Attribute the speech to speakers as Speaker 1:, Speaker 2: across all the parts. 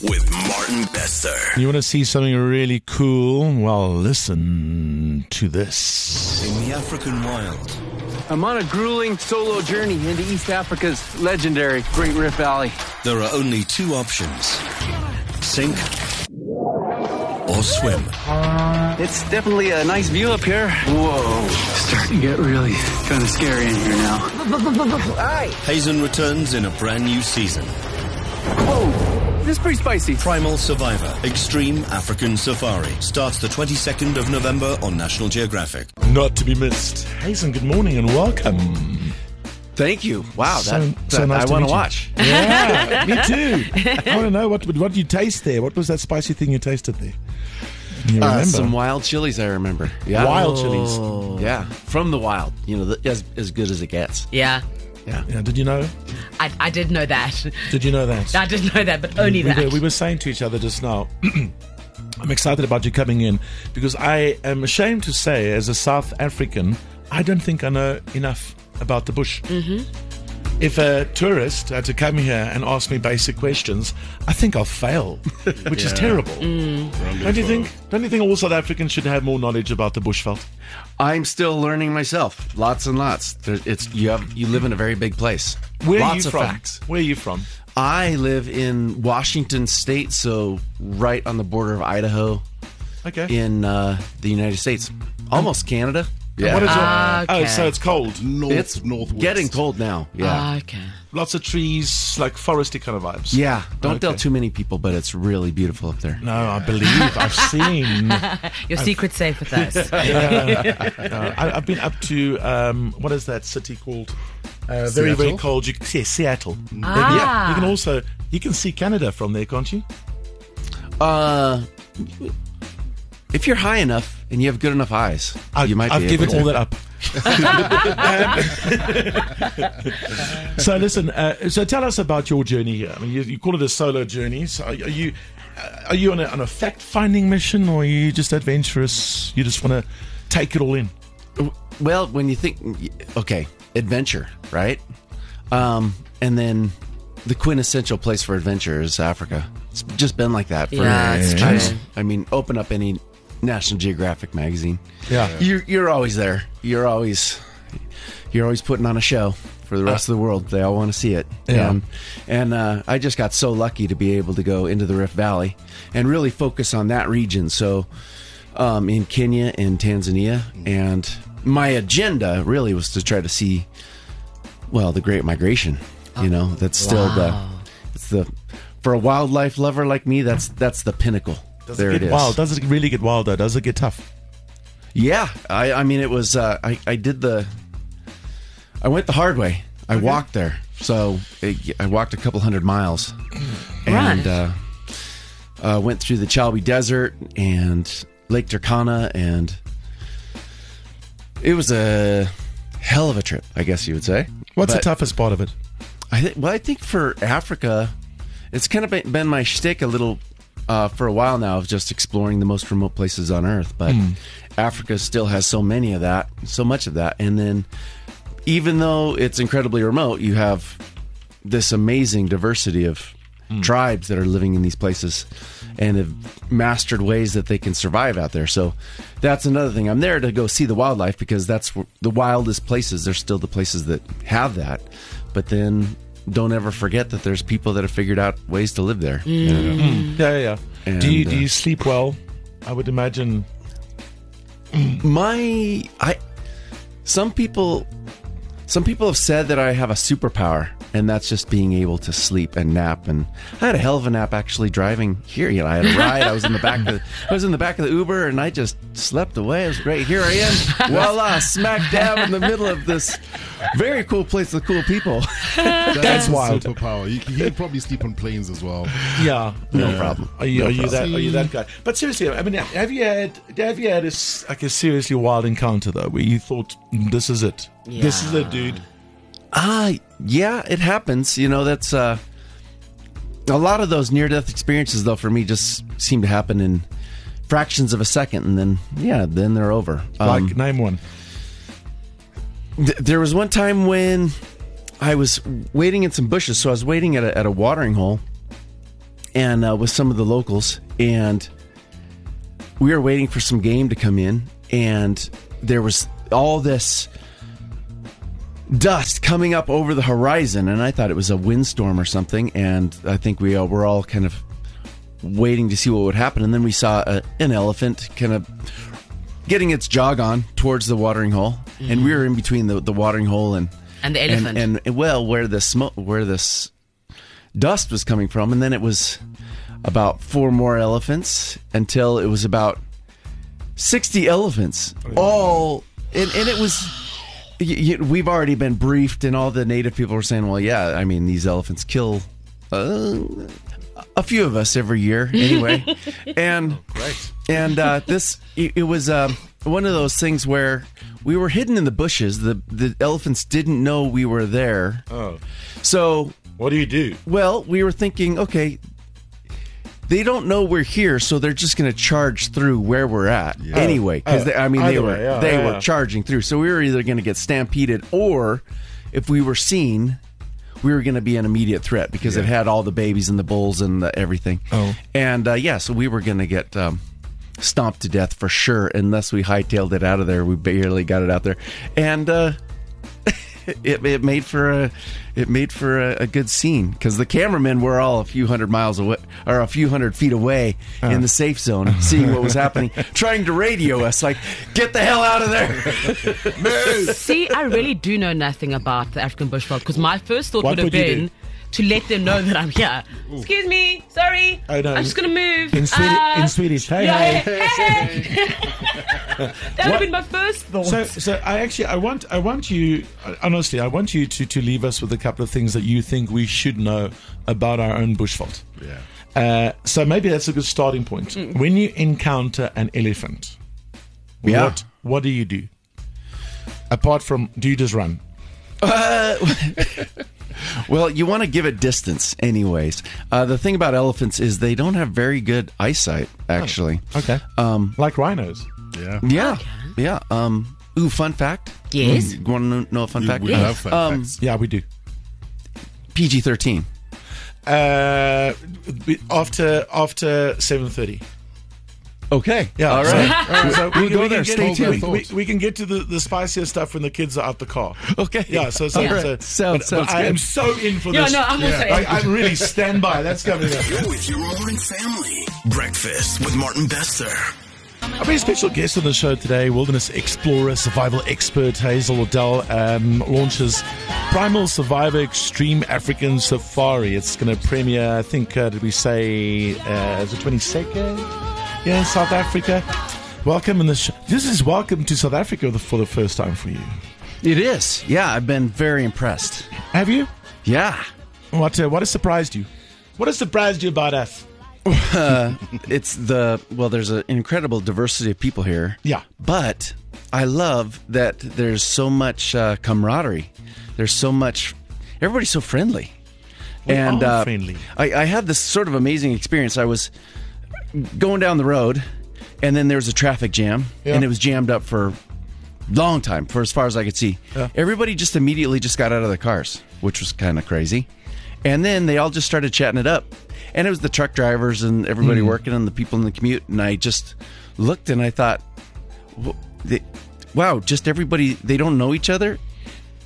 Speaker 1: with Martin Bester.
Speaker 2: You want to see something really cool? Well, listen to this.
Speaker 1: In the African wild,
Speaker 3: I'm on a grueling solo journey into East Africa's legendary Great Rift Valley.
Speaker 1: there are only two options sink or swim.
Speaker 3: It's definitely a nice view up here. Whoa. Starting to get really kind of scary in here now.
Speaker 1: Hazen returns in a brand new season
Speaker 3: Whoa. This is pretty spicy.
Speaker 1: Primal Survivor Extreme African Safari starts the 22nd of November on National Geographic.
Speaker 2: Not to be missed. Hazen, good morning and welcome.
Speaker 4: Thank you. Wow, that,
Speaker 2: So- so
Speaker 4: that-
Speaker 2: nice
Speaker 4: I
Speaker 2: to
Speaker 4: want
Speaker 2: meet
Speaker 4: to
Speaker 2: you.
Speaker 4: watch.
Speaker 2: Yeah, me too. I want to know what what you taste there. What was that spicy thing you tasted there? You remember?
Speaker 4: Uh, some wild chilies, I remember. Yeah.
Speaker 2: Wild chilies.
Speaker 4: Oh. Yeah, from the wild. You know, the, as as good as it gets.
Speaker 5: Yeah,
Speaker 2: Yeah, did you know?
Speaker 5: I, I did know that.
Speaker 2: Did you know that?
Speaker 5: I did know that, but only
Speaker 2: we,
Speaker 5: that.
Speaker 2: Were, we were saying to each other just now. I'm excited about you coming in because I am ashamed to say, as a South African, I don't think I know enough about the bush. Mm-hmm. If a tourist had to come here and ask me basic questions, I think I'll fail, which is terrible.
Speaker 5: Mm.
Speaker 2: Don't you think? Don't you think all South Africans should have more knowledge about the bushveld?
Speaker 4: I'm still learning myself. Lots and lots. There, it's you have you live in a very big place.
Speaker 2: Where
Speaker 4: lots
Speaker 2: are you
Speaker 4: of
Speaker 2: from?
Speaker 4: facts.
Speaker 2: Where are you from?
Speaker 4: I live in Washington State, so right on the border of Idaho
Speaker 2: Okay.
Speaker 4: in uh, the United States, almost Canada.
Speaker 2: What is your, Oh,
Speaker 5: Ah, Okay.
Speaker 2: so it's cold.
Speaker 4: it's getting cold now. Yeah.
Speaker 5: Ah, okay.
Speaker 2: Lots of trees, like foresty kind of vibes.
Speaker 4: yeah. Don't tell
Speaker 2: Okay.
Speaker 4: too many people, but it's really beautiful up there.
Speaker 2: No, I believe I've seen.
Speaker 5: Your secret's safe with us.
Speaker 2: Uh, I, I've been up to um, what is that city called? Uh, very very
Speaker 6: Seattle?
Speaker 2: cold. You can see Seattle.
Speaker 5: Ah.
Speaker 2: Yeah, you can also you can see Canada from there, can't you?
Speaker 4: Uh, if you're high enough and you have good enough eyes,
Speaker 2: I,
Speaker 4: you might.
Speaker 2: I've
Speaker 4: be
Speaker 2: given
Speaker 4: able
Speaker 2: all
Speaker 4: to.
Speaker 2: that up. Um, so listen. Uh, so tell us about your journey here. I mean, you, you call it a solo journey. So are, are you uh, are you on a, on a fact finding mission, or are you just adventurous? You just want to take it all in.
Speaker 4: Well, when you think, okay, adventure, right? Um, and then the quintessential place for adventure is Africa. It's just been like that for.
Speaker 5: Yeah, it's
Speaker 4: I,
Speaker 5: true.
Speaker 4: I mean, open up any National Geographic magazine.
Speaker 2: Yeah.
Speaker 4: You're, you're always there. You're always you're always putting on a show for the rest of the world. They all want to see it.
Speaker 2: Yeah.
Speaker 4: And, and uh, I just got so lucky to be able to go into the Rift Valley and really focus on that region. So um, in Kenya and Tanzania, and my agenda really was to try to see well the Great Migration. You know, that's still
Speaker 5: wow.
Speaker 4: the it's the for a wildlife lover like me, that's that's the pinnacle. there
Speaker 2: Get
Speaker 4: it is.
Speaker 2: Wild. Does it really get wild though? Does it get tough?
Speaker 4: Yeah, I, I mean, it was. Uh, I I did the. I went the hard way. I walked there, so it, I walked a couple hundred miles, and
Speaker 5: Right.
Speaker 4: uh, uh, went through the Chalbi Desert and Lake Turkana, and it was a hell of a trip, I guess you would say.
Speaker 2: What's
Speaker 4: But-
Speaker 2: the toughest part of it?
Speaker 4: I think. Well, I think for Africa, it's kind of been- been my shtick a little uh, for a while now of just exploring the most remote places on Earth. But Africa still has so many of that, so much of that, and then even though it's incredibly remote, you have this amazing diversity of tribes that are living in these places and have mastered ways that they can survive out there. So that's another thing. I'm there to go see the wildlife because that's wh- the wildest places. They're still the places that have that. But then don't ever forget that there's people that have figured out ways to live there. you know?
Speaker 2: Yeah, yeah. yeah. do you
Speaker 4: And,
Speaker 2: do
Speaker 4: uh,
Speaker 2: you sleep well? I would imagine.
Speaker 4: my i some people some people have said that i have a superpower and that's just being able to sleep and nap and i had a hell of a nap actually driving here you know i had a ride i was in the back of the, i was in the back of the uber and i just slept away it was great here i am voila smack dab in the middle of this very cool place with cool people
Speaker 6: That's
Speaker 2: wild.
Speaker 6: Superpower. You, you can probably sleep on planes as well.
Speaker 2: Yeah,
Speaker 4: no problem
Speaker 2: Are you,
Speaker 4: No
Speaker 2: are you
Speaker 4: problem.
Speaker 2: that are you that guy? But seriously, I mean, have you had have you had a, s- like a seriously wild encounter though, where you thought "Mm, this is it, this is it, dude?
Speaker 4: Ah, yeah, it happens. You know, that's uh, a lot of those near death experiences, though, for me, just seem to happen in fractions of a second, and then yeah, then they're over. Um,
Speaker 2: like name one.
Speaker 4: th- there was one time when I was waiting in some bushes, so I was waiting at a, at a watering hole, and uh, with some of the locals, and we were waiting for some game to come in, and there was all this dust coming up over the horizon, and I thought it was a windstorm or something, and I think we uh, were all kind of waiting to see what would happen, and then we saw a, an elephant kind of getting its jog on towards the watering hole, and we were in between the, the watering hole and
Speaker 5: Mm-hmm. And the
Speaker 4: and-
Speaker 5: elephant.
Speaker 4: and, well where the smoke where this dust was coming from, and then it was about four more elephants until it was about sixty elephants all, and, and it was. Y- y- we've already been briefed, and all the native people were saying, "Well, yeah, I mean, these elephants kill uh, a few of us every year, anyway."
Speaker 2: Oh,
Speaker 4: and and uh, this it, it was um, one of those things where we were hidden in the bushes. The the elephants didn't know we were there,
Speaker 2: Oh,
Speaker 4: so
Speaker 2: what do you do?
Speaker 4: well, we were thinking, okay, they don't know we're here, so they're just going to charge through where we're at anyway. Because I mean, they
Speaker 2: Oh. either
Speaker 4: were
Speaker 2: way, yeah,
Speaker 4: they
Speaker 2: yeah,
Speaker 4: were
Speaker 2: yeah.
Speaker 4: charging through, so we were either going to get stampeded or, if we were seen, we were going to be an immediate threat because it had all the babies and the bulls and the everything.
Speaker 2: Oh.
Speaker 4: and uh, yeah, so we were going to get. Um, Stomped to death for sure, unless we hightailed it out of there. We barely got it out there, and uh, it, it made for a it made for a, a good scene because the cameramen were all a few hundred miles away or a few hundred feet away
Speaker 6: Uh.
Speaker 4: in the safe zone, seeing what was happening, trying to radio us like, "Get the hell out of there!"
Speaker 5: See, I really do know nothing about the African bushveld because my first thought
Speaker 2: What
Speaker 5: would have
Speaker 2: would you
Speaker 5: been
Speaker 2: do?
Speaker 5: to let them know that I'm here. Excuse me, sorry,
Speaker 2: I know,
Speaker 5: I'm
Speaker 2: in-
Speaker 5: just gonna move.
Speaker 2: in Swedi-
Speaker 5: Uh,
Speaker 2: in Swedish, hey,
Speaker 5: yeah,
Speaker 2: hey.
Speaker 5: hey, hey. that would
Speaker 2: What-
Speaker 5: have been my first thought.
Speaker 2: So, so I actually, I want, I want you, honestly, I want you to, to leave us with a couple of things that you think we should know about our own bushveld.
Speaker 6: Yeah.
Speaker 2: Uh, so maybe that's a good starting point.
Speaker 5: Mm.
Speaker 2: When you encounter an elephant,
Speaker 4: Yeah.
Speaker 2: what what do you do? Apart from, do you just run?
Speaker 4: Uh, Well, you want to give it distance, anyways. Uh, the thing about elephants is they don't have very good eyesight, actually.
Speaker 6: Oh,
Speaker 2: Okay. Um, like rhinos.
Speaker 6: Yeah.
Speaker 4: Yeah, yeah. Um, ooh, fun fact.
Speaker 5: Yes.
Speaker 4: you want to know a fun
Speaker 6: We-
Speaker 4: fact?
Speaker 6: we love fun
Speaker 4: um,
Speaker 6: facts.
Speaker 2: Yeah, we do.
Speaker 4: PG thirteen.
Speaker 2: Uh, b- after after seven thirty.
Speaker 4: Okay.
Speaker 2: Yeah.
Speaker 4: All
Speaker 2: so-
Speaker 4: right.
Speaker 2: So, we,
Speaker 4: We'll go
Speaker 2: we
Speaker 4: there.
Speaker 2: Can get,
Speaker 4: Stay
Speaker 2: we-
Speaker 6: tuned.
Speaker 2: We, we can get to the, the spicier stuff when the kids are out the car.
Speaker 4: Okay.
Speaker 2: Yeah. So, so,
Speaker 4: All right.
Speaker 2: so
Speaker 4: Sounds-
Speaker 2: but-
Speaker 4: sounds
Speaker 2: but I
Speaker 4: good.
Speaker 2: am so in for
Speaker 5: yeah,
Speaker 2: this.
Speaker 5: no, I'm also.
Speaker 2: I, I'm really standby. That's coming up.
Speaker 1: You're with your roaring family. Breakfast with Martin Bester.
Speaker 2: Our very special guest on the show today, wilderness explorer, survival expert Hazel Odell, um, launches Primal Survivor Extreme African Safari. It's going to premiere, I think, uh, did we say uh, the 22nd? Yeah, in South Africa. Welcome in the show. This is welcome to South Africa the- for the first time for you.
Speaker 4: It is. Yeah, I've been very impressed.
Speaker 2: Have you?
Speaker 4: Yeah.
Speaker 2: What uh, What has surprised you? What has surprised you about us?
Speaker 4: it's the well there's an incredible diversity of people here
Speaker 2: Yeah.
Speaker 4: but i love that there's so much uh, camaraderie there's so much everybody's so friendly and
Speaker 2: are
Speaker 4: uh,
Speaker 2: friendly.
Speaker 4: I, I had this sort of amazing experience i was going down the road and then there was a traffic jam
Speaker 2: Yeah.
Speaker 4: and it was jammed up for long time for as far as i could see
Speaker 2: Yeah.
Speaker 4: everybody just immediately just got out of their cars which was kind of crazy and then they all just started chatting it up and it was the truck drivers and everybody
Speaker 2: Hmm.
Speaker 4: working and the people in the commute and i just looked and i thought w- they, wow just everybody they don't know each other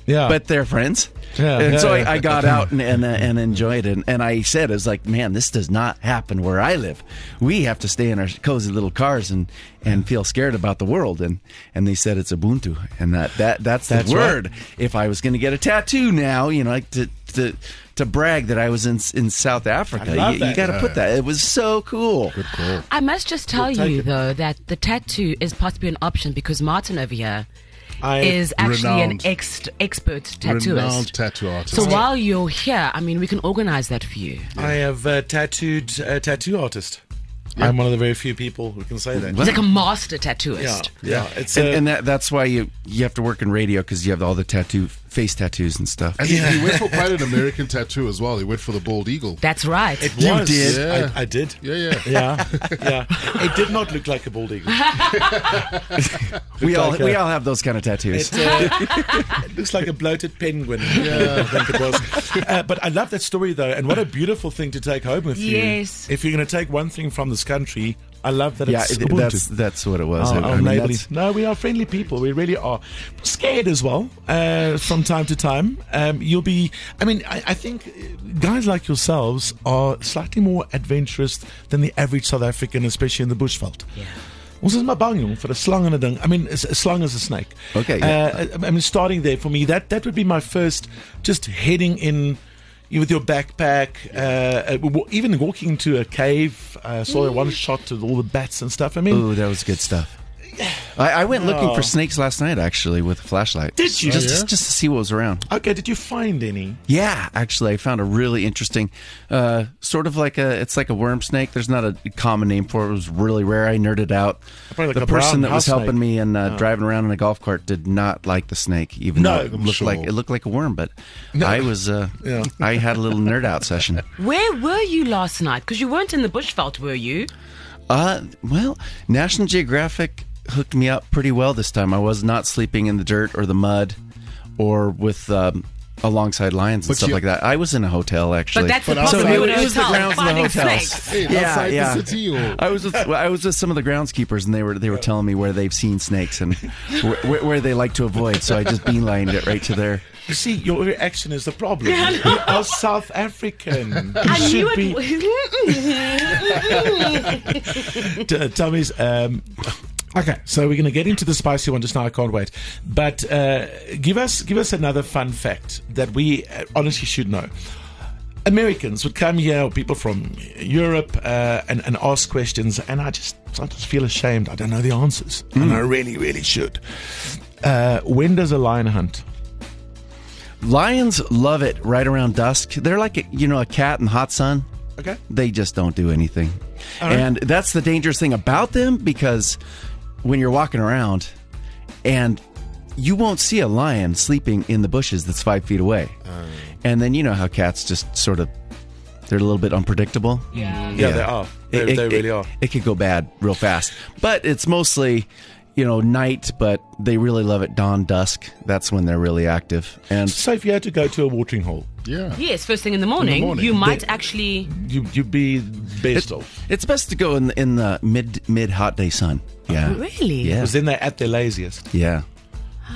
Speaker 2: Yeah.
Speaker 4: but they're friends.
Speaker 2: Yeah,
Speaker 4: and
Speaker 2: yeah,
Speaker 4: so
Speaker 2: yeah.
Speaker 4: I, I got out and and, uh, and enjoyed it. And I said, "I was like, man, this does not happen where I live. We have to stay in our cozy little cars and and feel scared about the world." And and they said it's Ubuntu, and that that that's the
Speaker 2: That's right.
Speaker 4: word. If I was going to get a tattoo now, you know, like to to to brag that I was in in South Africa,
Speaker 2: love
Speaker 4: you,
Speaker 2: that.
Speaker 4: got to put that. It was so cool.
Speaker 5: I must just tell
Speaker 2: take
Speaker 5: you
Speaker 2: it.
Speaker 5: though that the tattoo is possibly an option because Martin over here is
Speaker 2: I-
Speaker 5: actually an
Speaker 6: Renowned.
Speaker 5: ex- expert
Speaker 6: Renowned
Speaker 5: tattooist.
Speaker 6: tattoo artist.
Speaker 5: so while you're here, I mean, we can organize that for you.
Speaker 2: I have uh, tattooed a tattoo artist. I'm one of the very few people who can say that.
Speaker 5: He's like a master tattooist.
Speaker 2: Yeah, yeah. It's
Speaker 4: and,
Speaker 2: uh,
Speaker 4: and that, that's why you you have to work in radio because you have all the tattoo face tattoos and stuff.
Speaker 6: And he, he went for quite an American tattoo as well. He went for the bald eagle.
Speaker 5: That's right.
Speaker 2: it
Speaker 4: you
Speaker 2: was.
Speaker 4: did.
Speaker 6: Yeah.
Speaker 2: I, I did.
Speaker 6: yeah, yeah.
Speaker 2: Yeah, yeah. It did not look like a bald eagle.
Speaker 4: we all
Speaker 2: like,
Speaker 4: we
Speaker 2: uh,
Speaker 4: all have those kind of tattoos.
Speaker 2: It, uh, it looks like a bloated penguin. I think it was. Uh, but I love that story though, and what a beautiful thing to take home with you.
Speaker 5: Yes.
Speaker 2: If you're going to take one thing from this country, I love that
Speaker 4: yeah,
Speaker 2: it's
Speaker 4: it-
Speaker 2: Ubuntu.
Speaker 4: that's that's what it was.
Speaker 2: Oh,
Speaker 4: I-
Speaker 2: oh,
Speaker 4: I mean,
Speaker 2: neighborly.
Speaker 4: that's-
Speaker 2: No, we are friendly people. We really are. Scared as well uh, from time to time. Um, you'll be. I mean, I, I think guys like yourselves are slightly more adventurous than the average South African, especially in the bushveld. Yeah. Ons is maar bang jong vir 'n slang en 'n ding. I mean, a, a slang is a snake.
Speaker 4: Okay,
Speaker 2: Uh, I, I mean, starting there for me, that that would be my first. Just heading in. You with your backpack, uh, uh, wa- even walking into a cave. I saw that one shot to all the bats and stuff. I mean,
Speaker 4: Ooh, that was good stuff. I, I went looking for snakes last night actually with a flashlight.
Speaker 2: Oh. Did you?
Speaker 4: Just,
Speaker 2: Oh, yeah?
Speaker 4: just to see what was around.
Speaker 2: Okay, did you find any?
Speaker 4: Yeah, actually, I found a really interesting, uh, sort of like a it's like a worm snake. There's not a common name for it. It was really rare. I nerded out.
Speaker 2: Probably like
Speaker 4: the
Speaker 2: a brown
Speaker 4: person that was
Speaker 2: house snake. Oh.
Speaker 4: helping me and uh, driving around in a golf cart did not like the snake, even
Speaker 2: No,
Speaker 4: though it
Speaker 2: I'm
Speaker 4: looked
Speaker 6: sure.
Speaker 4: like it looked like a worm. But I was, uh,
Speaker 2: Yeah.
Speaker 4: I had a little nerd out session.
Speaker 5: Where were you last night? Because you weren't in the bushveld, were you?
Speaker 4: Uh, well, National Geographic hooked me up pretty well this time. I was not sleeping in the dirt or the mud, or with um, alongside lions and
Speaker 6: But
Speaker 4: stuff
Speaker 6: you-
Speaker 4: like that. I was in a hotel actually.
Speaker 5: But that's the
Speaker 6: But also-
Speaker 5: problem.
Speaker 6: So
Speaker 5: you were in
Speaker 6: it
Speaker 5: a
Speaker 4: was the
Speaker 5: hotel
Speaker 4: grounds of the
Speaker 5: finding
Speaker 4: hotels.
Speaker 5: snakes.
Speaker 6: Hey,
Speaker 4: Yeah,
Speaker 6: outside
Speaker 4: yeah. Uh,
Speaker 6: the city. Or,
Speaker 4: I was with well, I was with some of the groundskeepers, and they were they were telling me where they've seen snakes and wh- wh- where they like to avoid. So I just beelined it right to there.
Speaker 2: You see, your reaction is the problem.
Speaker 5: Yeah, I know.
Speaker 2: you are South African. You
Speaker 5: I knew
Speaker 2: should be.
Speaker 5: it.
Speaker 2: T- Tommy's. Um, okay, so we're going to get into the spicy one just now. I can't wait. But uh, give us give us another fun fact that we uh, honestly should know. Americans would come here, or people from Europe, uh, and, and ask questions, and I just sometimes feel ashamed. I don't know the answers, and I really, really should. Uh, when does a lion hunt?
Speaker 4: Lions love it right around dusk. They're like a, you know a cat in the hot sun.
Speaker 2: Okay.
Speaker 4: They just don't do anything,
Speaker 2: right.
Speaker 4: and that's the dangerous thing about them because when you're walking around, and you won't see a lion sleeping in the bushes that's five feet away,
Speaker 2: Uh.
Speaker 4: and then you know how cats just sort of they're a little bit unpredictable.
Speaker 2: Yeah, they are. They, they really are.
Speaker 4: It could go bad real fast, but it's mostly, you know, night. But they really love it dawn, dusk. That's when they're really active. And
Speaker 2: So if you had to go to a watering hole,
Speaker 6: yeah.
Speaker 5: yes, first thing in the morning,
Speaker 6: morning.
Speaker 5: you might
Speaker 2: They-
Speaker 5: actually.
Speaker 2: you, you'd be best off.
Speaker 4: it's best to go in the, in the mid mid hot day sun.
Speaker 2: Oh,
Speaker 4: Yeah,
Speaker 5: Really?
Speaker 4: Yeah,
Speaker 2: Because then they're at their laziest.
Speaker 4: yeah.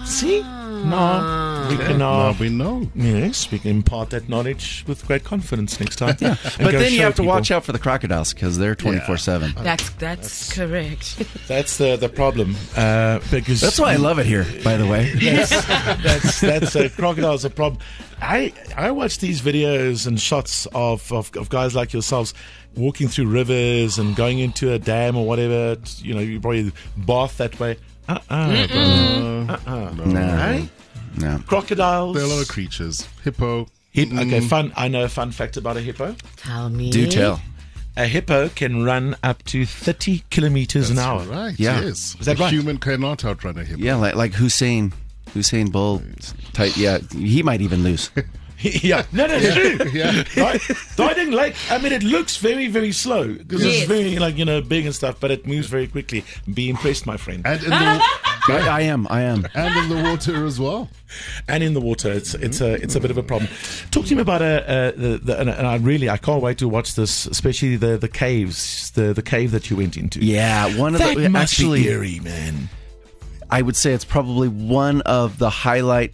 Speaker 2: See? No. We can, uh,
Speaker 6: Now we know.
Speaker 2: yes, we can impart that knowledge with great confidence next time. yeah.
Speaker 4: But then you have to watch out for the crocodiles because they're twenty four seven.
Speaker 5: That's, that's correct.
Speaker 2: That's the, the problem. Uh, because
Speaker 4: That's why I love it here. By the way,
Speaker 2: that's that's a crocodile's a problem. I I watch these videos and shots of, of of guys like yourselves walking through rivers and going into a dam or whatever. It's, You know, you probably bath that way. Uh uh
Speaker 4: no, no.
Speaker 2: Crocodiles.
Speaker 6: There are a lot of creatures. Hippo.
Speaker 2: Hip-
Speaker 6: Mm.
Speaker 2: okay, fun. I know a fun fact about a hippo.
Speaker 5: Tell me.
Speaker 4: Do tell.
Speaker 2: A hippo can run up to 30 kilometers an hour.
Speaker 6: Right.
Speaker 4: Yeah.
Speaker 6: Yes.
Speaker 2: Is that
Speaker 6: a
Speaker 2: right?
Speaker 6: Human cannot outrun a hippo.
Speaker 4: Yeah, like like Hussein, Hussein Bolt type. Yeah, he might even lose.
Speaker 2: yeah. No, no, it's true.
Speaker 6: Yeah.
Speaker 2: Right? Riding like, I mean, it looks very, very slow because
Speaker 5: Yes.
Speaker 2: it's very, like, you know, big and stuff, but it moves very quickly. Be impressed, my friend.
Speaker 6: And in the
Speaker 4: I, I am. I am.
Speaker 6: and in the water as well.
Speaker 2: and in the water. It's it's a it's a bit of a problem. Talk to me about a, uh the, the and, and I really I can't wait to watch this, especially the the caves, the the cave that you went into.
Speaker 4: Yeah, one of
Speaker 2: that
Speaker 4: the
Speaker 2: must
Speaker 4: actually,
Speaker 2: be eerie, man.
Speaker 4: I would say it's probably one of the highlight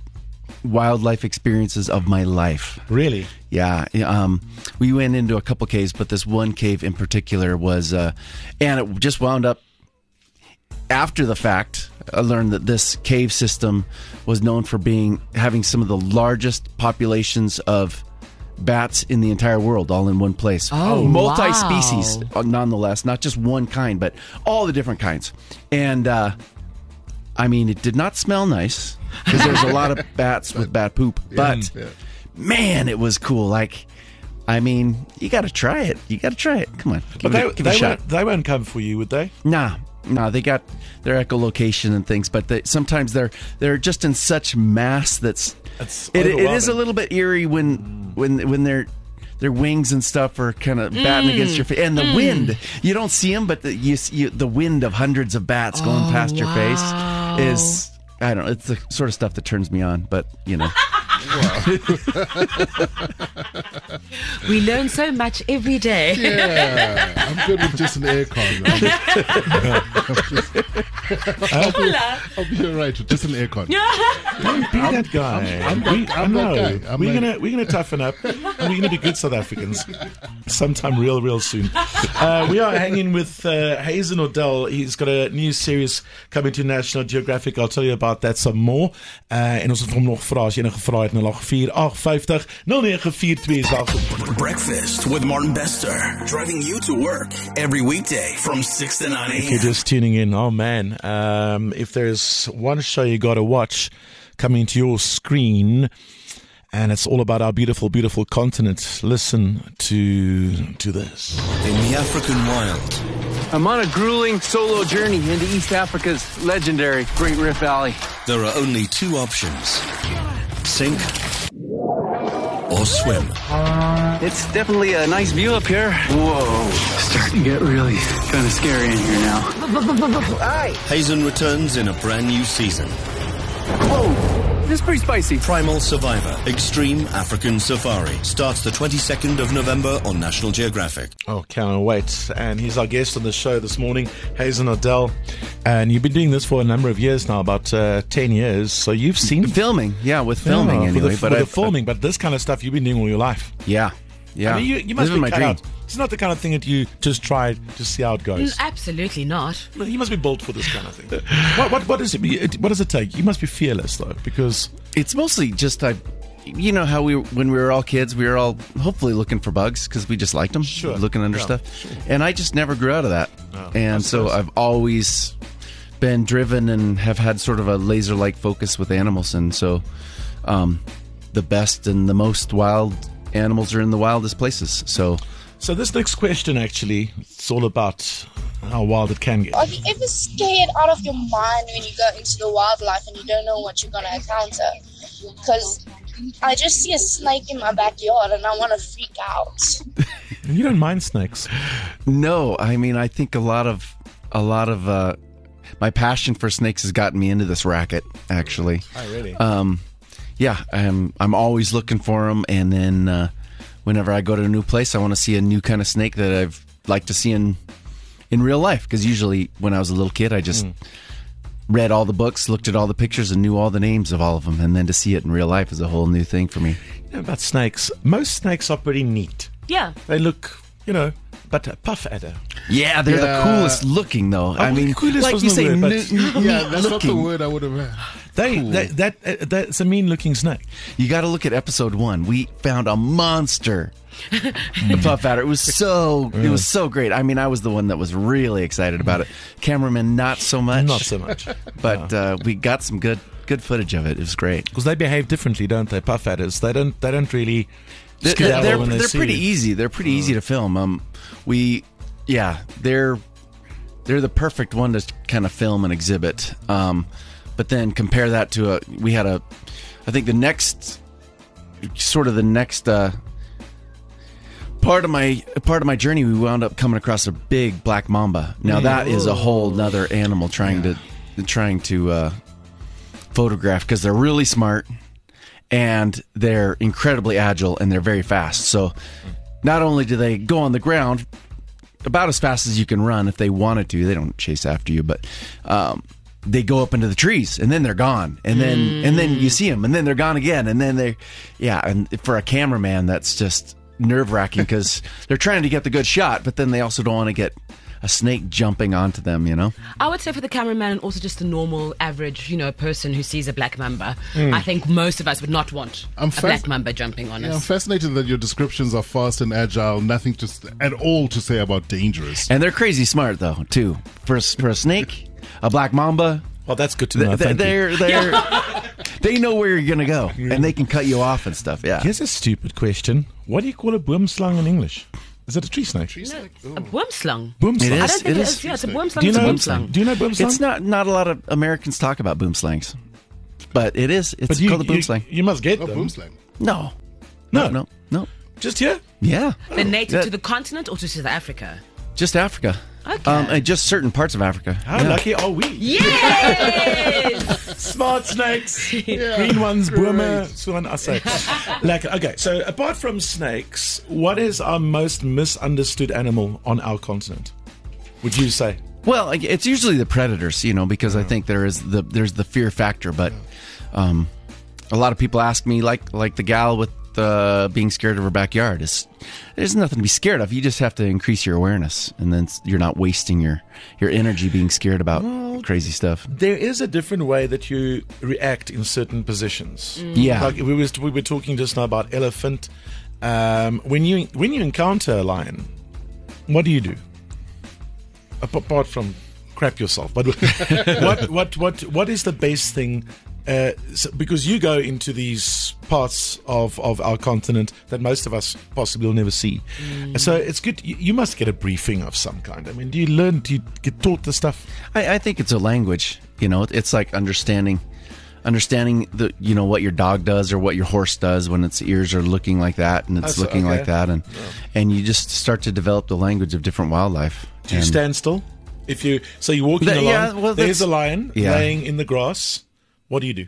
Speaker 4: wildlife experiences of my life.
Speaker 2: Really,
Speaker 4: Yeah, um, we went into a couple caves, but this one cave in particular was, uh, and it just wound up after the fact. I learned that this cave system was known for being having some of the largest populations of bats in the entire world, all in one place.
Speaker 5: Oh,
Speaker 4: multi-species,
Speaker 5: wow.
Speaker 4: uh, nonetheless, not just one kind, but all the different kinds. And uh, I mean, it did not smell nice Hmm. because there was a lot of bats with bat poop, but man, it was cool. Like, I mean, you got to try it. You got to try it. Come on,
Speaker 2: But
Speaker 4: give it,
Speaker 2: they,
Speaker 4: a- give it
Speaker 2: they,
Speaker 4: a shot.
Speaker 2: won't, they won't come for you, would they?
Speaker 4: Nah, nah, they got their echolocation and things, but they, sometimes they're they're just in such mass that's
Speaker 2: It's
Speaker 4: it, it is a
Speaker 2: overwhelming.
Speaker 4: little bit eerie when when when their Their wings and stuff are kind of batting against your face, and the wind. You don't see them, but the, you, s- you the wind of hundreds of bats going past your face is I don't. know, It's the sort of stuff that turns me on, but you know,
Speaker 5: We learn so much every day.
Speaker 6: Yeah, I'm good with just an aircon. man. I'll be all right with just an aircon.
Speaker 2: Be that guy.
Speaker 6: I'm that-
Speaker 2: We-
Speaker 6: I'm that
Speaker 2: no,
Speaker 6: guy. I'm
Speaker 2: we're
Speaker 6: like-
Speaker 2: gonna we're gonna toughen up. and we're gonna be good South Africans sometime real real soon. Uh, we are hanging with uh, Hazen Odell. He's got a new series coming to National Geographic. I'll tell you about that some more. Uh, en ons het hom nog vra as enige vrae het 084850 0942 is daar.
Speaker 7: Breakfast with Martin Bester, driving you to work every weekday from 6 to 9
Speaker 2: If you're
Speaker 7: a.m.
Speaker 2: just tuning in, oh man, um, if there's one show you got to watch coming to your screen, and it's all about our beautiful, beautiful continent, listen to to this.
Speaker 1: In the African wild,
Speaker 3: I'm on a grueling solo journey into East Africa's legendary Great Rift Valley.
Speaker 1: there are only two options sink or swim.
Speaker 3: It's definitely a nice view up here. Whoa, starting to get really kind of scary in here now.
Speaker 1: Hazen returns in a brand new season.
Speaker 3: Whoa, this is pretty spicy.
Speaker 1: Primal Survivor Extreme African Safari starts the 22nd of November on National Geographic.
Speaker 2: Oh, cannot wait! And he's our guest on the show this morning, Hazen Odell. And you've been doing this for a number of years now, about uh, ten years. So you've seen
Speaker 4: filming, yeah, with filming
Speaker 2: Yeah, for the-
Speaker 4: anyway.
Speaker 2: for
Speaker 4: but
Speaker 2: the
Speaker 4: I,
Speaker 2: filming, but this kind of stuff you've been doing all your life.
Speaker 4: yeah, yeah.
Speaker 2: I mean, you, you must
Speaker 4: this is
Speaker 2: be
Speaker 4: my
Speaker 2: cut
Speaker 4: dream.
Speaker 2: out. It's not the kind of thing that you just try to see how it goes.
Speaker 5: Absolutely not.
Speaker 2: No, He must be built for this kind of thing. what, what, what is it? What does it take? You must be fearless though, because
Speaker 4: It's mostly just I, you know how we when we were all kids, we were all hopefully looking for bugs because we just liked them,
Speaker 2: Sure.
Speaker 4: looking under
Speaker 2: Yeah, Oh,
Speaker 4: stuff. And I just never grew out of that, and so I've always been driven and have had sort of a laser-like focus with animals, and so um, the best and the most wild animals are in the wildest places. So
Speaker 2: so this next question actually, it's all about how wild it can get.
Speaker 8: Are you ever scared out of your mind when you go into the wildlife and you don't know what you're gonna encounter? Because I just see a snake in my backyard and I want to freak out.
Speaker 2: And you don't mind snakes.
Speaker 4: No, I mean I think a lot of a lot of uh, my passion for snakes has gotten me into this racket. Actually,
Speaker 2: Oh, really?
Speaker 4: um, yeah, I'm I'm always looking for them, and then uh, whenever I go to a new place, I want to see a new kind of snake that I've liked to see in in real life. Because usually when I was a little kid, I
Speaker 2: Hmm.
Speaker 4: just read all the books, looked at all the pictures, and knew all the names of all of them, and then to see it in real life is a whole new thing for me.
Speaker 2: You know about snakes, most snakes are pretty neat.
Speaker 5: Yeah.
Speaker 2: They look, you know, but a puff adder.
Speaker 4: Yeah, they're
Speaker 6: Yeah.
Speaker 4: the coolest looking though. I mean,
Speaker 2: Oh, coolest
Speaker 4: like you
Speaker 2: wasn't
Speaker 4: say,
Speaker 2: the word, but-
Speaker 4: new-
Speaker 6: Yeah,
Speaker 4: neat
Speaker 6: that's not the
Speaker 4: looking.
Speaker 6: word I would have.
Speaker 2: They, they that uh, that's a mean-looking snake.
Speaker 4: You got to look at episode one. We found a monster. the puff adder. It was so it was so great. I mean, I was the one that was really excited about it. Cameraman, not so much.
Speaker 2: Not so much,
Speaker 4: But uh, we got some good good footage of it. It was great.
Speaker 2: because they behave differently, don't they? Puff adders. They don't. They don't really.
Speaker 4: They're,
Speaker 2: skedaddle
Speaker 4: they're,
Speaker 2: when they
Speaker 4: they're
Speaker 2: see Uh-huh.
Speaker 4: pretty
Speaker 2: you.
Speaker 4: easy. They're pretty easy to film. Um, we yeah, they're they're the perfect one to kind of film and exhibit. Um, but then compare that to a we had a I think the next sort of the next uh, part of my part of my journey we wound up coming across a big black mamba. Now that is a whole nother animal trying to trying to uh, photograph because they're really smart and they're incredibly agile and they're very fast. So not only do they go on the ground about as fast as you can run if they wanted to, they don't chase after you, but um, they go up into the trees and then they're gone, and then and then you see them, and then they're gone again, and then they, yeah, and for a cameraman that's just nerve wracking because they're trying to get the good shot, but then they also don't want to get a snake jumping onto them, you know.
Speaker 5: I would say for the cameraman and also just the normal average, you know, person who sees a black mamba, I think most of us would not want
Speaker 6: I'm
Speaker 5: a
Speaker 6: fast-
Speaker 5: black mamba jumping on
Speaker 6: Yeah, I'm
Speaker 5: us.
Speaker 6: fascinated that your descriptions are fast and agile. Nothing to s- at all to say about dangerous.
Speaker 4: And they're crazy smart though, too. For a, for a snake, a black mamba,
Speaker 2: Well, that's good to know.
Speaker 4: They-
Speaker 2: Thank you.
Speaker 4: they're they're they know where you're gonna go, and they can cut you off and stuff. Yeah.
Speaker 2: Here's a stupid question. What do you call a boomslang in English? Is it a tree snake?
Speaker 6: She's like, oh.
Speaker 5: A wormslung.
Speaker 2: Boomslang.
Speaker 5: I
Speaker 4: It
Speaker 5: don't
Speaker 4: is-
Speaker 5: think
Speaker 4: it
Speaker 5: it
Speaker 4: is
Speaker 5: is. Yeah, it's a wormslung.
Speaker 2: Do you
Speaker 5: It's a
Speaker 2: know
Speaker 5: wormslang.
Speaker 2: Do you know boomslang?
Speaker 4: It's not not a lot of Americans talk about boom slangs, but it is. It's
Speaker 2: But you,
Speaker 4: called a boom
Speaker 2: you-
Speaker 4: slang.
Speaker 2: You must get
Speaker 6: oh,
Speaker 2: them.
Speaker 6: boom slang.
Speaker 4: No,
Speaker 2: No,
Speaker 4: no, no.
Speaker 2: Just here.
Speaker 4: Yeah,
Speaker 5: They're native
Speaker 4: That-
Speaker 5: to the continent or to South Africa?
Speaker 4: just Africa.
Speaker 5: Okay.
Speaker 4: Um, and just certain parts of Africa.
Speaker 2: How
Speaker 4: Yeah.
Speaker 2: lucky are we?
Speaker 5: Yes!
Speaker 2: Smart snakes, green ones, boomer, so on. I say. like okay. So apart from snakes, what is our most misunderstood animal on our continent? Would you say?
Speaker 4: Well, like, it's usually the predators, you know, because I think there is the there's the fear factor. But um, a lot of people ask me, like like the gal with uh, being scared of her backyard. Is there's nothing to be scared of. You just have to increase your awareness, and then s- you're not wasting your your energy being scared about crazy stuff.
Speaker 2: There is a different way that you react in certain positions.
Speaker 4: Yeah.
Speaker 2: Like we was we were talking just now about elephant. Um, when you when you encounter a lion, what do you do? Ap- Apart from crap yourself, but what what what what is the best thing? Uh, so, because you go into these parts of, of our continent that most of us possibly will never see, so it's good. You, you must get a briefing of some kind. I mean, do you learn? Do you get taught the stuff?
Speaker 4: I, I think it's a language. You know, it's like understanding, understanding the you know what your dog does or what your horse does when its ears are looking like that and it's
Speaker 2: so-
Speaker 4: looking
Speaker 2: okay.
Speaker 4: like that, and and you just start to develop the language of different wildlife.
Speaker 2: Do you
Speaker 4: And-
Speaker 2: stand still? If you so you're walking
Speaker 4: Th-
Speaker 2: along,
Speaker 4: yeah, well,
Speaker 2: there's
Speaker 4: that's-
Speaker 2: a lion
Speaker 4: yeah.
Speaker 2: laying in the grass. What do you do?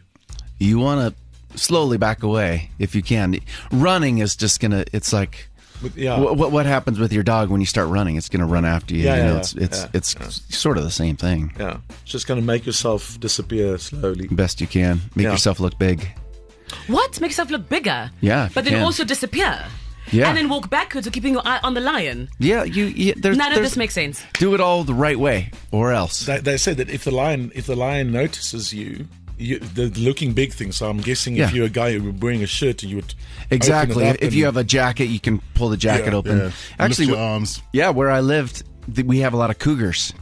Speaker 4: you want to slowly back away if you can. Running is just gonna. It's like.
Speaker 2: With- yeah.
Speaker 4: What, what what happens with your dog when you start running? It's gonna run after you.
Speaker 2: Oh. Yeah,
Speaker 4: you know,
Speaker 2: yeah,
Speaker 4: it's it's
Speaker 2: yeah,
Speaker 4: it's sort of the same thing.
Speaker 2: Yeah, it's just going to make yourself disappear slowly.
Speaker 4: Best you can, make
Speaker 2: Yeah.
Speaker 4: yourself look big.
Speaker 5: What makes yourself look bigger?
Speaker 4: Yeah, if
Speaker 5: But
Speaker 4: you
Speaker 5: then
Speaker 4: can.
Speaker 5: also disappear.
Speaker 4: Yeah.
Speaker 5: And then walk backwards or keeping your eye on the lion.
Speaker 4: Yeah, you. you there's,
Speaker 5: None of
Speaker 4: there's-
Speaker 5: this makes sense.
Speaker 4: Do it all the right way, or else.
Speaker 2: They, they said that if the lion if the lion notices you, you the looking big thing. So I'm guessing if
Speaker 4: Yeah.
Speaker 2: you're a guy who were wearing a shirt and you would
Speaker 4: Exactly.
Speaker 2: open it up
Speaker 4: If
Speaker 2: and-
Speaker 4: you have a jacket, you can pull the jacket
Speaker 2: Yeah,
Speaker 4: open.
Speaker 6: Yeah.
Speaker 4: Actually,
Speaker 6: lift your
Speaker 4: wh-
Speaker 6: arms.
Speaker 4: yeah, where I lived, th- we have a lot of cougars.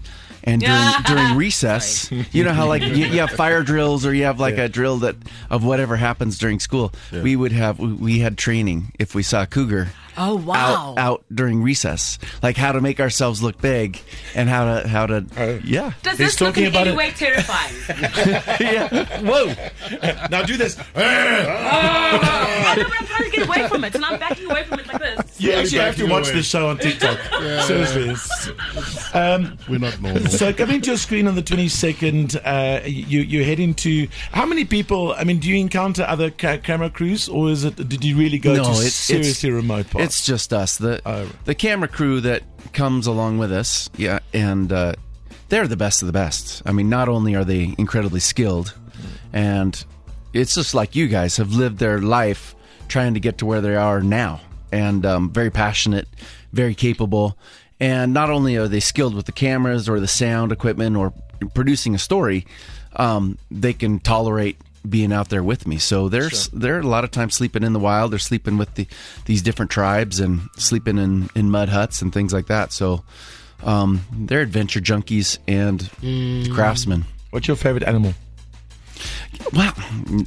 Speaker 4: And during during recess, you know how like you, you have fire drills or you have like a drill that of whatever happens during school. We would have we- we had training if we saw a cougar
Speaker 5: Oh, wow.
Speaker 4: out out during recess, like how to make ourselves look big and how to how to yeah
Speaker 2: He's
Speaker 5: Does this look
Speaker 2: talking
Speaker 5: in
Speaker 2: about
Speaker 5: any
Speaker 2: it-
Speaker 5: way terrifying?
Speaker 4: yeah whoa
Speaker 2: now do this.
Speaker 5: I don't know, I'm trying to get away from it, and I'm backing away from it like this.
Speaker 2: You actually
Speaker 6: back
Speaker 2: have to
Speaker 6: your
Speaker 2: watch
Speaker 6: way.
Speaker 2: this show on TikTok. Seriously, it's-
Speaker 6: We're not normal.
Speaker 2: So coming to your screen on the 22nd, uh, you you head into how many people? I mean, do you encounter other ca- camera crews, or is it did you really go to seriously remote parts?
Speaker 4: It's just us. The
Speaker 2: Oh.
Speaker 4: the camera crew that comes along with us. Yeah, and uh, they're the best of the best. I mean, not only are they incredibly skilled, and it's just like you guys have lived their life trying to get to where they are now, and um, very passionate, very capable. And not only are they skilled with the cameras or the sound equipment or producing a story, um, they can tolerate being out there with me. So they're they're a lot of times sleeping in the wild. They're sleeping with the these different tribes and sleeping in in mud huts and things like that. So um, they're adventure junkies and
Speaker 2: Mm.
Speaker 4: craftsmen.
Speaker 2: What's your favorite animal?
Speaker 4: Wow,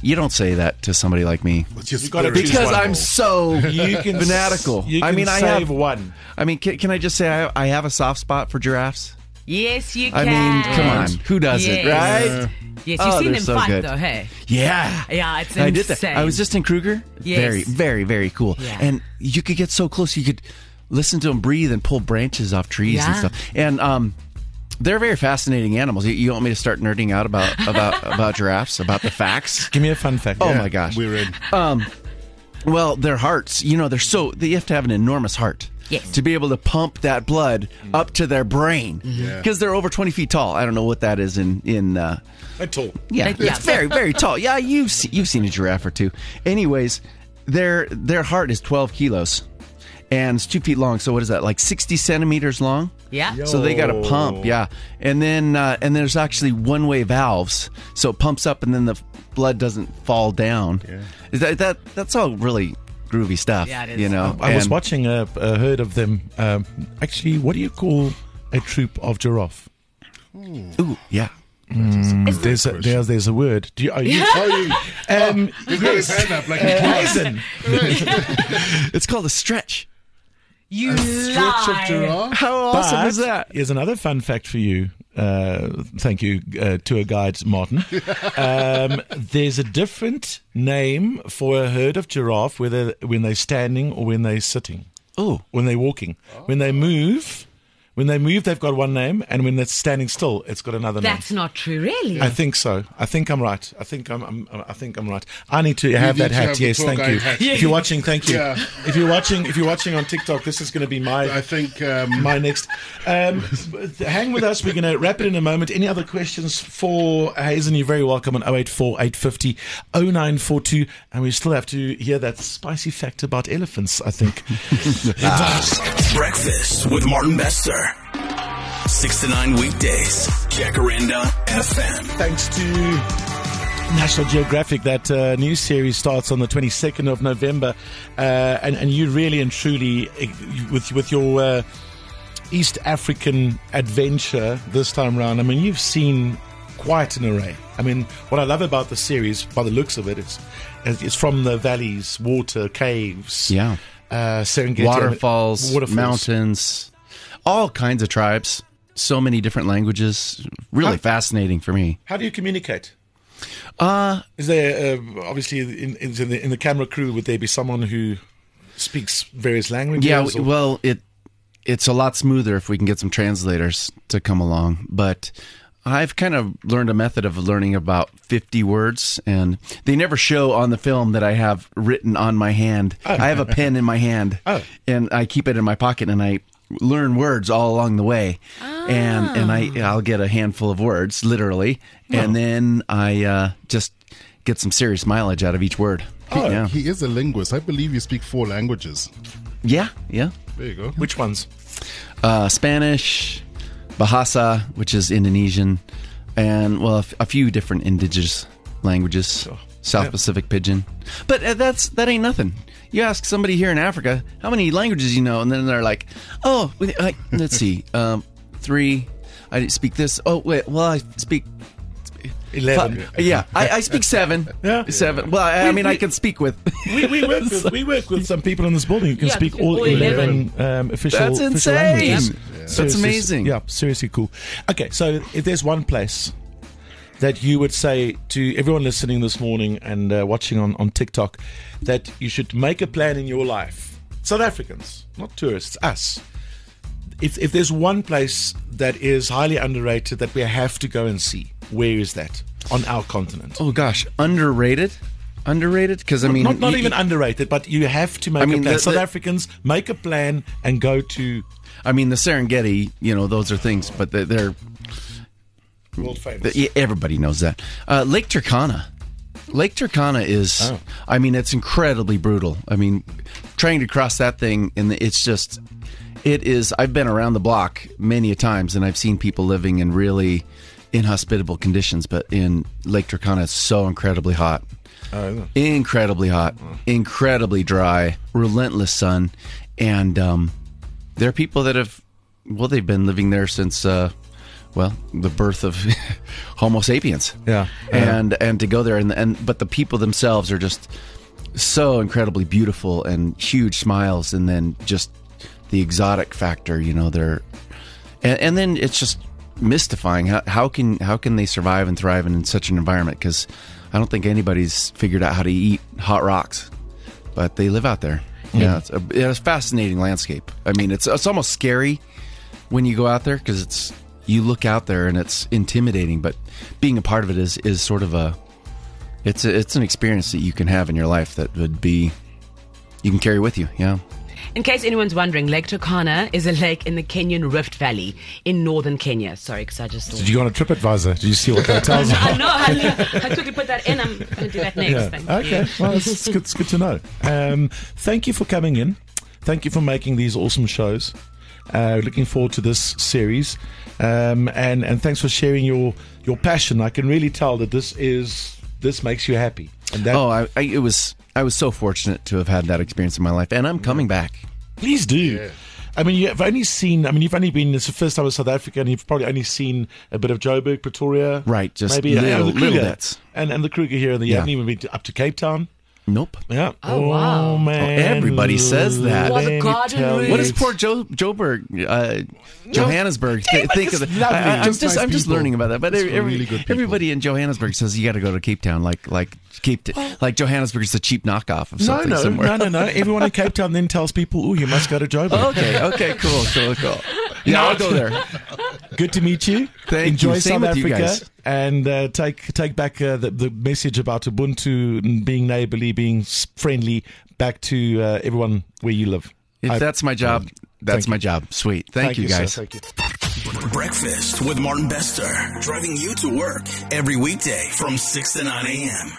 Speaker 4: you don't say that to somebody like me
Speaker 6: It's your
Speaker 2: You gotta
Speaker 6: spirit.
Speaker 2: choose Because
Speaker 4: because
Speaker 2: one.
Speaker 4: I'm so
Speaker 2: You can
Speaker 4: fanatical.
Speaker 2: You
Speaker 4: I
Speaker 2: can
Speaker 4: mean, I
Speaker 2: save
Speaker 4: have.
Speaker 2: one.
Speaker 4: I mean, can, can I just say I, I have a soft spot for giraffes?
Speaker 5: Yes, you
Speaker 4: I
Speaker 5: can.
Speaker 4: mean, come on, who doesn't,
Speaker 5: Yes.
Speaker 4: right?
Speaker 5: Yes, you've
Speaker 4: Oh,
Speaker 5: seen
Speaker 4: they're
Speaker 5: him
Speaker 4: so
Speaker 5: fight,
Speaker 4: good.
Speaker 5: though, hey?
Speaker 4: Yeah.
Speaker 5: Yeah, it's
Speaker 4: I did that. I was
Speaker 5: insane.
Speaker 4: just in Kruger.
Speaker 5: Yes.
Speaker 4: Very, very, very cool.
Speaker 5: Yeah.
Speaker 4: And you could get so close. You could listen to them breathe and pull branches off trees and
Speaker 5: Yeah.
Speaker 4: stuff. And um, they're very fascinating animals. You, you want me to start nerding out about about about giraffes, about the facts?
Speaker 2: Give me a fun fact.
Speaker 4: Oh my gosh.
Speaker 6: We're in.
Speaker 4: Well, their hearts, you know, they're so they have to have an enormous heart.
Speaker 5: Yes.
Speaker 4: To be able to pump that blood up to their brain because they're over twenty feet tall. I don't know what that is in in uh,
Speaker 2: At all.
Speaker 4: yeah,
Speaker 5: Like, yeah.
Speaker 4: it's very very tall. Yeah, you've se- you've seen a giraffe or two. Anyways, their their heart is twelve kilos, and it's two feet long. So what is that? Like sixty centimeters long.
Speaker 5: Yeah.
Speaker 4: So they got a
Speaker 2: Yo.
Speaker 4: pump, yeah, and then uh, and there's actually one way valves, so it pumps up and then the blood doesn't fall down. Is that that that's all really groovy stuff?
Speaker 5: Yeah, it is.
Speaker 4: You know,
Speaker 2: I was
Speaker 4: And-
Speaker 2: watching a, a herd of them. Um, actually, what do you call a troop of giraffe?
Speaker 4: Ooh, yeah.
Speaker 2: There's a, there's there's a word. Do you, are you?
Speaker 6: Oh, you,
Speaker 2: Um,
Speaker 4: Oh,
Speaker 6: he's got his hand up like a class.
Speaker 2: listen,
Speaker 4: It's called a stretch.
Speaker 5: You
Speaker 6: Stretch of
Speaker 5: lie.
Speaker 6: giraffe.
Speaker 4: How awesome
Speaker 2: but
Speaker 4: is that?
Speaker 2: Here's another fun fact for you. Uh, thank you, uh, tour guide Martin. Um, there's a different name for a herd of giraffe whether when they're standing or when they're sitting.
Speaker 4: Oh,
Speaker 2: when they're walking. When they move, when they move, they've got one name, and when they're standing still, it's got another
Speaker 5: That's
Speaker 2: name.
Speaker 5: not true, really.
Speaker 2: I think so. I think I'm right. I think I'm. I'm I think I'm right. I need to have
Speaker 6: need
Speaker 2: that
Speaker 6: to
Speaker 2: hat.
Speaker 6: have the
Speaker 2: yes,
Speaker 6: tour
Speaker 2: thank
Speaker 6: guide
Speaker 2: you.
Speaker 6: hat.
Speaker 2: If you're watching, thank you.
Speaker 6: Yeah.
Speaker 2: If you're watching, if you're watching on TikTok, this is going to be
Speaker 6: I
Speaker 2: my
Speaker 6: think um,
Speaker 2: my next. Um, hang with us. We're going to wrap it in a moment. Any other questions for Hazen? You're very welcome on 084 850 0942. And we still have to hear that spicy fact about elephants. I think.
Speaker 7: Breakfast with Martin Bester. 6 to 9 weekdays. Jacaranda FM.
Speaker 2: thanks to National Geographic, that uh, new series starts on the 22nd of November, uh, and and you really and truly eh, with with your uh, East African adventure this time round. I mean, you've seen quite an array. I mean, what I love about the series, by the looks of it, it's it's from the valleys, water, caves,
Speaker 4: Yeah.
Speaker 2: uh, Serengeti,
Speaker 4: waterfalls,
Speaker 2: waterfalls,
Speaker 4: mountains, all kinds of tribes, so many different languages. Really
Speaker 2: Huh?
Speaker 4: fascinating for me.
Speaker 2: How do you communicate?
Speaker 4: Uh,
Speaker 2: Is there uh, obviously in, in, in, the, in the camera crew? Would there be someone who speaks various languages?
Speaker 4: yeah,
Speaker 2: or-
Speaker 4: w- well, it it's a lot smoother if we can get some translators to come along, but I've kind of learned a method of learning about 50 words and they never show on the film that I have written on my hand. I have a pen in my hand
Speaker 2: Oh.
Speaker 4: and I keep it in my pocket and I learn words all along the way. And and I I'll get a handful of words literally and then I uh, just get some serious mileage out of each word.
Speaker 6: oh,
Speaker 4: yeah.
Speaker 6: he is a linguist. I believe you speak four languages.
Speaker 4: yeah, yeah.
Speaker 6: There you go.
Speaker 2: which ones?
Speaker 4: uh, Spanish, Bahasa, which is Indonesian, and well, a f- a few different indigenous languages, South
Speaker 2: Yeah.
Speaker 4: Pacific Pidgin. But uh, that's that ain't nothing. You ask somebody here in Africa how many languages you know, and then they're like, "Oh, we- I, let's see, um, three. I didn't speak this. Oh, wait, well, I speak."
Speaker 2: Eleven.
Speaker 4: fi- yeah, I, I speak seven.
Speaker 2: Yeah.
Speaker 4: Seven. Well, I, I mean, I can speak with.
Speaker 2: We, we work with we work with some people in this building who can
Speaker 5: Yeah,
Speaker 2: speak
Speaker 5: all
Speaker 2: all
Speaker 5: 11.
Speaker 2: eleven um, official.
Speaker 4: That's
Speaker 2: official
Speaker 4: insane.
Speaker 2: languages.
Speaker 4: Yeah. That's
Speaker 2: Seriously-
Speaker 4: amazing.
Speaker 2: Yeah, seriously cool. Okay, so if there's one place that you would say to everyone listening this morning and uh, watching on on TikTok that you should make a plan in your life, South Africans, not tourists, us. If, if there's one place that is highly underrated that we have to go and see, where is that on our continent?
Speaker 4: oh gosh, underrated, underrated. Because I mean,
Speaker 2: not, not
Speaker 4: y-
Speaker 2: even underrated, but you have to make
Speaker 4: I mean,
Speaker 2: a plan.
Speaker 4: the-
Speaker 2: South
Speaker 4: the-
Speaker 2: Africans make a plan and go to
Speaker 4: I mean, the Serengeti, you know, those are things, but they're, they're
Speaker 2: world famous.
Speaker 4: they- everybody knows that. Uh, Lake Turkana. Lake Turkana is,
Speaker 2: Oh.
Speaker 4: I mean, it's incredibly brutal. I mean, trying to cross that thing, and it's just, it is. I've been around the block many a times, and I've seen people living in really inhospitable conditions. But in Lake Turkana, it's so incredibly hot incredibly hot, incredibly dry, relentless sun, and um, there are people that have well, they've been living there since uh, well the birth of Homo sapiens.
Speaker 2: Yeah.
Speaker 4: and and to go there and and but the people themselves are just so incredibly beautiful and huge smiles, and then just the exotic factor, you know, they're and, and then it's just mystifying how, how can how can they survive and thrive in, such an environment because i don't think anybody's figured out how to eat hot rocks but they live out there yeah it's a, it's a fascinating landscape i mean it's it's almost scary when you go out there because it's you look out there and it's intimidating but being a part of it is is sort of a it's a, it's an experience that you can have in your life that would be you can carry with you yeah
Speaker 5: In case anyone's wondering, Lake Turkana is a lake in the Kenyan Rift Valley in northern Kenya. Sorry, because I just.
Speaker 2: Did you go on a TripAdvisor? Did you see what the hotels
Speaker 5: I
Speaker 2: are?
Speaker 5: know. I, I quickly put that in. I'm going to do that next.
Speaker 2: Yeah.
Speaker 5: Thank
Speaker 2: Okay.
Speaker 5: you.
Speaker 2: Well, it's, it's good, it's good to know. Um, thank you for coming in. Thank you for making these awesome shows. Uh, looking forward to this series, um, and and thanks for sharing your your passion. I can really tell that this is this makes you happy. And that,
Speaker 4: Oh, I, I it was I was so fortunate to have had that experience in my life, and I'm coming back.
Speaker 2: Please do. I mean, you've only seen. I mean, you've only been. It's the first time in South Africa, and you've probably only seen a bit of Joburg, Pretoria,
Speaker 4: Right, just
Speaker 2: maybe and
Speaker 4: little-
Speaker 2: the Kruger,
Speaker 4: little bits.
Speaker 2: and and the Kruger here, and the, you
Speaker 4: Yeah.
Speaker 2: haven't even been to, up to Cape Town.
Speaker 4: Nope.
Speaker 2: Yeah.
Speaker 5: Oh, wow.
Speaker 2: man.
Speaker 4: everybody says that.
Speaker 5: Well, the
Speaker 2: Let me
Speaker 5: garden
Speaker 2: tell
Speaker 5: route.
Speaker 2: you.
Speaker 4: What is poor Joe Joburg, uh, Johannesburg? Th-
Speaker 2: but
Speaker 4: think
Speaker 2: it's
Speaker 4: of it.
Speaker 2: lovely.
Speaker 4: I, am
Speaker 6: Just
Speaker 4: just,
Speaker 6: nice
Speaker 4: I'm just
Speaker 6: people.
Speaker 4: learning about that. But
Speaker 6: It's
Speaker 4: every, every-
Speaker 6: really good people.
Speaker 4: everybody in Johannesburg says you got to go to Cape Town. Like like Cape Town, like Johannesburg is a cheap knockoff of
Speaker 2: No,
Speaker 4: something
Speaker 2: no,
Speaker 4: somewhere.
Speaker 2: no, no, no. Everyone in Cape Town then tells people, "Oh, you must go to Joburg.
Speaker 4: okay, okay, cool, cool, cool. Yeah, I'll go there.
Speaker 2: Good to meet you.
Speaker 4: Thank
Speaker 2: Enjoy
Speaker 4: you.
Speaker 2: South
Speaker 4: Same with you
Speaker 2: Africa
Speaker 4: guys.
Speaker 2: and uh, take take back uh, the, the message about Ubuntu and being neighborly, being s- friendly back to uh, everyone where you live.
Speaker 4: If
Speaker 2: I-
Speaker 4: that's my job, that's
Speaker 2: you.
Speaker 4: my job. Sweet. Thank, you
Speaker 2: sir.
Speaker 4: guys.
Speaker 2: Thank you.
Speaker 7: Breakfast with Martin Bester, driving you to work every weekday from 6 to 9 a.m.